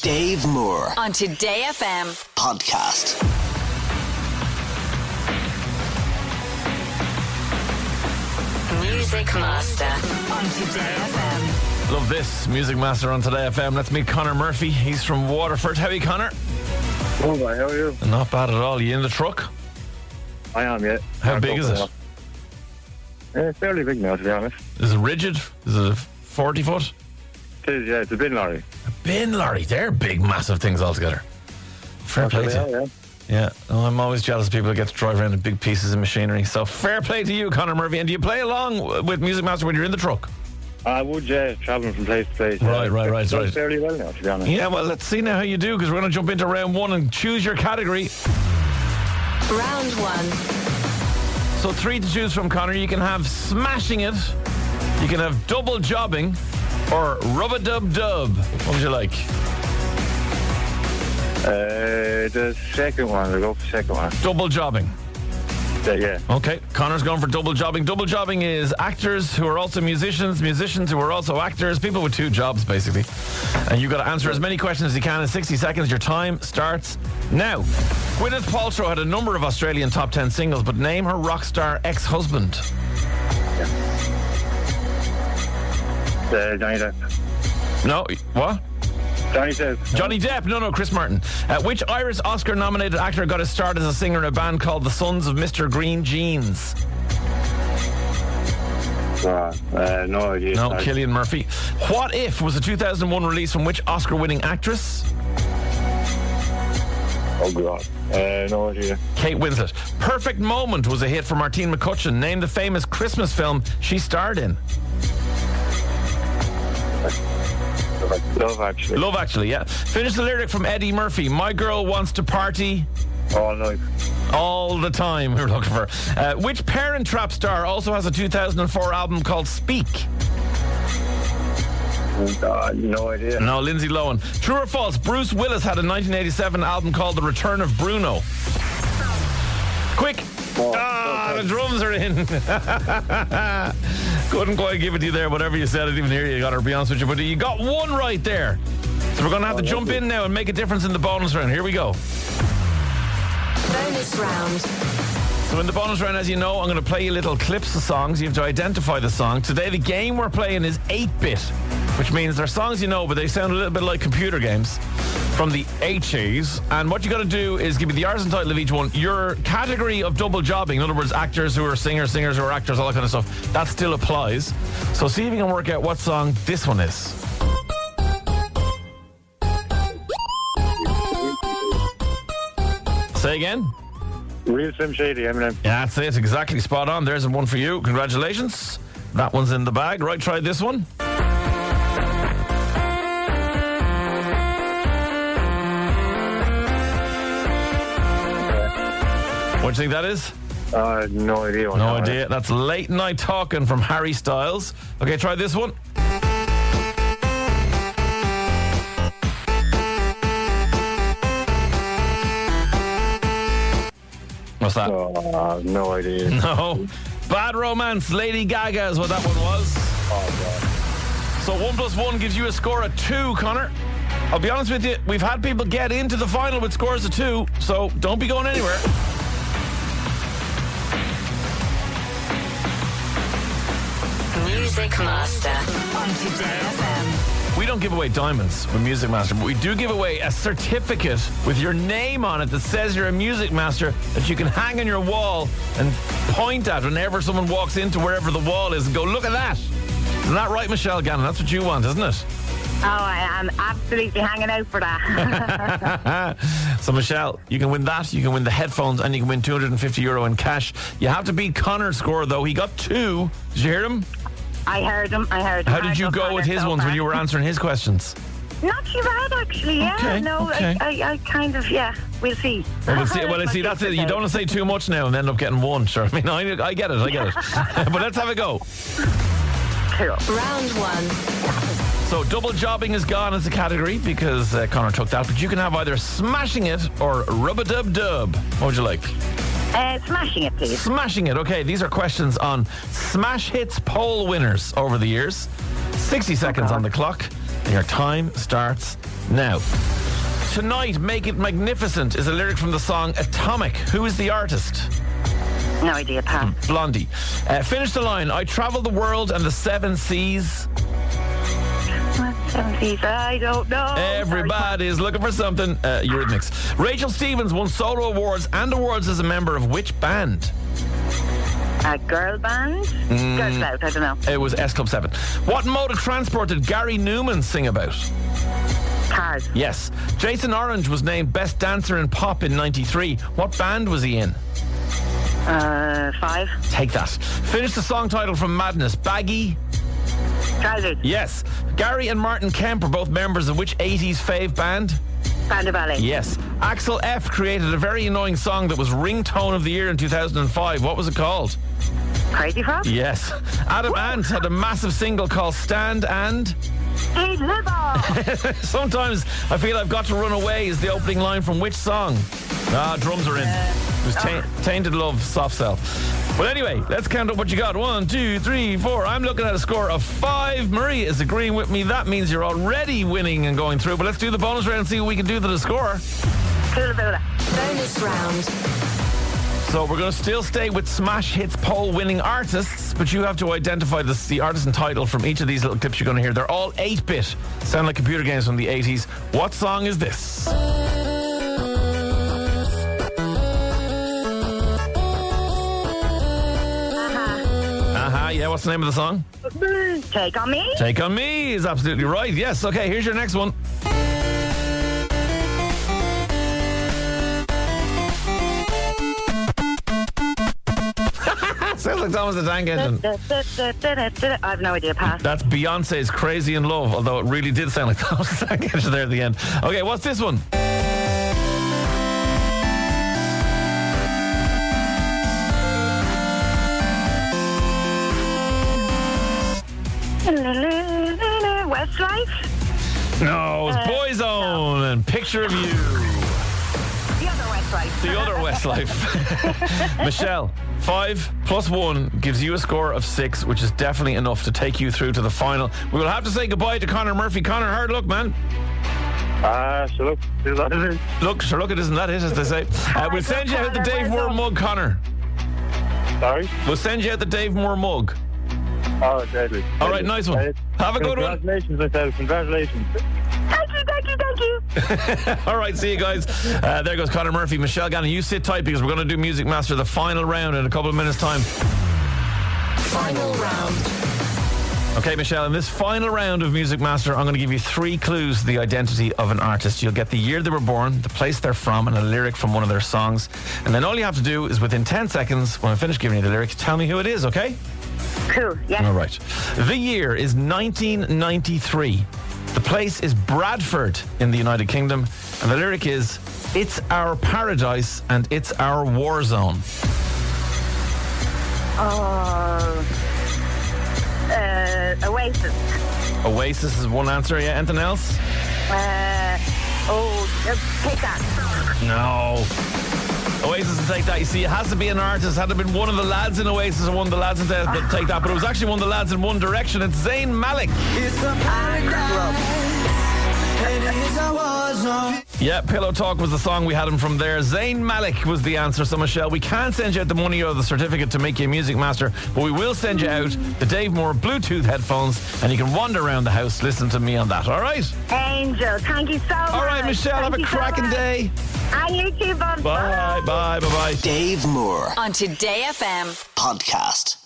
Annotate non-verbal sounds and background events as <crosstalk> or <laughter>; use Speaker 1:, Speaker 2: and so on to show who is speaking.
Speaker 1: Dave Moore
Speaker 2: on Today FM.
Speaker 1: podcast.
Speaker 2: Music Master on Today FM.
Speaker 3: Love this music master on Today FM. Let's meet Connor Murphy. He's from Waterford. How are you, Connor?
Speaker 4: Oh boy, how are you?
Speaker 3: Not bad at all. You in the truck?
Speaker 4: I am, yeah.
Speaker 3: How
Speaker 4: Hard
Speaker 3: big is
Speaker 4: up,
Speaker 3: it?
Speaker 4: yeah. Uh, It's fairly big now, to be honest.
Speaker 3: Is it rigid? Is it a forty foot?
Speaker 4: It is, yeah, it's a bin lorry.
Speaker 3: Bin lorry. They're big, massive things altogether. Fair play to
Speaker 4: Yeah,
Speaker 3: you.
Speaker 4: yeah.
Speaker 3: Yeah. Well, I'm always jealous of people who get to drive around in big pieces of machinery. So fair play to you, Connor Murphy. And do you play along w- with Music Master when you're in the truck?
Speaker 4: I would, yeah, travelling from place to place.
Speaker 3: Right,
Speaker 4: yeah.
Speaker 3: right, right,
Speaker 4: It's done
Speaker 3: right.
Speaker 4: fairly well now, to be honest.
Speaker 3: Yeah. Well, let's see now how you do because we're going to jump into round one and choose your category.
Speaker 2: Round one.
Speaker 3: So three to choose from, Connor. You can have smashing it, you can have double jobbing, or rub a dub dub. What would you like?
Speaker 4: Uh, the second one, we go for the second one.
Speaker 3: Double jobbing.
Speaker 4: Yeah, yeah.
Speaker 3: Okay, Connor's going for double jobbing. Double jobbing is actors who are also musicians, musicians who are also actors, people with two jobs basically. And you've got to answer as many questions as you can in 60 seconds. Your time starts now. Gwyneth Paltrow had a number of Australian top 10 singles, but name her rock star ex husband.
Speaker 4: Uh, Johnny Depp.
Speaker 3: No, what?
Speaker 4: Johnny Depp.
Speaker 3: Johnny Depp, no, no, Chris Martin. Uh, which Irish Oscar nominated actor got his start as a singer in a band called the Sons of Mr. Green Jeans?
Speaker 4: Uh, uh, no idea.
Speaker 3: No,
Speaker 4: Sorry.
Speaker 3: Killian Murphy. What If was a 2001 release from which Oscar winning actress?
Speaker 4: Oh, God. Uh, no idea.
Speaker 3: Kate Winslet. Perfect Moment was a hit for Martine McCutcheon. Name the famous Christmas film she starred in.
Speaker 4: Love, actually.
Speaker 3: Love Actually, yeah. Finish the lyric from Eddie Murphy. My girl wants to party
Speaker 4: All night.
Speaker 3: all the time. <laughs> We were looking for. Uh, which Parent Trap star also has a 2004 album called Speak?
Speaker 4: Uh, no idea.
Speaker 3: No, Lindsay Lohan. True or false? Bruce Willis had a 1987 album called The Return of Bruno. Quick.
Speaker 4: Oh,
Speaker 3: ah, the drums are in. <laughs> Couldn't quite give it to you there. Whatever you said, I didn't even hear you. I got to be honest with you, but you got one right there. So we're going to have to jump in now and make a difference in the bonus round. Here we go.
Speaker 2: Bonus round.
Speaker 3: So in the bonus round, as you know, I'm going to play you little clips of songs. You have to identify the song. Today, the game we're playing is 8-bit, which means they're songs you know, but they sound a little bit like computer games from the 80s. And what you got to do is give me the artist and title of each one, your category of double jobbing, in other words, actors who are singers, singers who are actors, all that kind of stuff. That still applies. So see if you can work out what song this one is. Say again.
Speaker 4: Real Slim Shady, Eminem.
Speaker 3: Yeah, That's it, exactly spot on. There's one for you. Congratulations. That one's in the bag. Right, try this one. What do you think that is?
Speaker 4: Uh, no idea.
Speaker 3: No idea. That's Late Night Talking from Harry Styles. Okay, try this one. What's that?
Speaker 4: Uh, no idea.
Speaker 3: No. Oh. Bad Romance, Lady Gaga is what that one was. So one plus one gives you a score of two, Connor. I'll be honest with you, we've had people get into the final with scores of two, so don't be going anywhere.
Speaker 2: Music Master on Today FM.
Speaker 3: We don't give away diamonds with Music Master, but we do give away a certificate with your name on it that says you're a Music Master that you can hang on your wall and point at whenever someone walks into wherever the wall is and go, look at that. Isn't that right, Michelle Gannon? That's what you want, isn't it?
Speaker 5: Oh, I am absolutely hanging out for
Speaker 3: <laughs>
Speaker 5: that.
Speaker 3: So, Michelle, you can win that. You can win the headphones and you can win 250 euro in cash. You have to beat Connor's score, though. He got two. Did you hear him?
Speaker 5: I heard him. I heard him.
Speaker 3: How
Speaker 5: I
Speaker 3: did you
Speaker 5: love
Speaker 3: go with
Speaker 5: Connor
Speaker 3: his
Speaker 5: so
Speaker 3: ones when
Speaker 5: much.
Speaker 3: you were answering
Speaker 5: <laughs>
Speaker 3: his questions?
Speaker 5: Not too bad, actually. Yeah.
Speaker 3: Okay,
Speaker 5: no,
Speaker 3: okay.
Speaker 5: I, I, I kind of, yeah. We'll see.
Speaker 3: Well,
Speaker 5: <laughs>
Speaker 3: let's see, well,
Speaker 5: What
Speaker 3: let's see that's it. You
Speaker 5: says.
Speaker 3: don't want to say too much now and end up getting one. Sure. <laughs> I mean, I, I get it. <laughs>
Speaker 5: <laughs>
Speaker 3: I get it. but let's have a go.
Speaker 5: Cool.
Speaker 2: Round one.
Speaker 3: So, double jobbing is gone as a category because uh, Connor took that. But you can have either smashing it or rub a dub dub. What would you like?
Speaker 5: Uh, smashing it, please.
Speaker 3: Smashing it. Okay, these are questions on smash hits poll winners over the years. 60 seconds on the clock. And your time starts now. Tonight, Make It Magnificent is a lyric from the song Atomic. Who is the artist?
Speaker 5: No idea,
Speaker 3: Hmm.
Speaker 5: Pat.
Speaker 3: Blondie. Uh, finish the line. I travel the world and the seven seas.
Speaker 5: Seventies, I don't know.
Speaker 3: Everybody's looking for something. Uh, Eurythmics. Rachel Stevens won solo awards and awards as a member of which band?
Speaker 5: Sorry. A girl band?
Speaker 3: Hmm.
Speaker 5: Girls out, I don't know.
Speaker 3: It was S Club 7. What mode of transport did Gary Newman sing about?
Speaker 5: Cars.
Speaker 3: Yes. Jason Orange was named Best Dancer in Pop in 93. What band was he in?
Speaker 5: Uh, five.
Speaker 3: Take that. Finish the song title from Madness. Baggy.
Speaker 5: Trousers.
Speaker 3: Yes. Gary and Martin Kemp are both members of which 80s fave band?
Speaker 5: Thunder Valley.
Speaker 3: Yes. Axel F created a very annoying song that was ringtone of the year in 2005. What was it called?
Speaker 5: Crazy Frog.
Speaker 3: Yes. Adam Ant had a massive single called Stand and
Speaker 5: Hey,
Speaker 3: <laughs>
Speaker 5: Liver.
Speaker 3: Sometimes I feel I've got to run away is the opening line from which song? Ah, drums are in. It was ta- Tainted Love, Soft Cell. Well, anyway, let's count up what you got. One, two, three, four. I'm looking at a score of five. Marie is agreeing with me. That means you're already winning and going through. But let's do the bonus round and see what we can do to the score.
Speaker 5: Coolaboola.
Speaker 2: Bonus round.
Speaker 3: So we're going to still stay with smash hits poll winning artists, but you have to identify this, the artist and title from each of these little clips you're going to hear. They're all 8 bit. Sound like computer games from the 80s. What song is this? Uh-huh, yeah, what's the name of the song?
Speaker 5: Take on me.
Speaker 3: Take on Me is absolutely right. Yes, okay, here's your next one. <laughs> Sounds like Thomas the Tank Engine.
Speaker 5: I've no idea, Pat.
Speaker 3: That's Beyonce's Crazy in Love, although it really did sound like <laughs> Thomas the Tank Engine there at the end. Okay, what's this one?
Speaker 5: Westlife?
Speaker 3: No, it's Boyzone and Picture of You.
Speaker 5: The other Westlife.
Speaker 3: The other Westlife. <laughs> Michelle, five plus one gives you a score of six, which is definitely enough to take you through to the final. We will have to say goodbye to Connor Murphy. Connor, hard luck, man.
Speaker 4: Ah, so look, <laughs> do that is it.
Speaker 3: Look, sure, look, it isn't that it, as they say. Uh, we'll send you out the Dave Moore mug, Connor.
Speaker 4: Sorry.
Speaker 3: We'll send you out the Dave Moore mug. <laughs>
Speaker 4: Oh, deadly.
Speaker 3: All right, nice one. Have a good one.
Speaker 4: Congratulations, myself. Congratulations.
Speaker 5: Thank you, thank you, thank you.
Speaker 3: All right, see you guys. Uh, there goes Connor Murphy, Michelle Gannon. You sit tight because we're going to do Music Master the final round in a couple of minutes' time.
Speaker 2: Final round.
Speaker 3: Okay, Michelle, in this final round of Music Master, I'm going to give you three clues to the identity of an artist. You'll get the year they were born, the place they're from, and a lyric from one of their songs. And then all you have to do is within 10 seconds, when I finish giving you the lyric, tell me who it is, okay?
Speaker 5: Cool, yeah.
Speaker 3: All right. The year is 1993. The place is Bradford in the United Kingdom. And the lyric is It's our paradise and it's our war zone.
Speaker 5: Oh. Uh, Oasis.
Speaker 3: Oasis is one answer. Yeah, anything else?
Speaker 5: Uh, oh, uh, take that.
Speaker 3: No. Oasis and Take That. You see, it has to be an artist. Had it been one of the lads in Oasis or one of the lads in Take That- Take That, but it was actually one of the lads in One Direction. It's Zayn Malik. Yeah, Pillow Talk was the song we had him from there. Zayn Malik was the answer. So, Michelle, we can't send you out the money or the certificate to make you a music master, but we will send you out the Dave Moore Bluetooth headphones, and you can wander around the house, listen to me on that. All right?
Speaker 5: Angel, thank you so much.
Speaker 3: All right, Michelle,
Speaker 5: Thank
Speaker 3: have a
Speaker 5: you so
Speaker 3: cracking
Speaker 5: much.
Speaker 3: day.
Speaker 5: And you too, Bob.
Speaker 3: Bye, bye, bye, bye.
Speaker 1: Dave Moore
Speaker 2: On Today FM.
Speaker 1: podcast.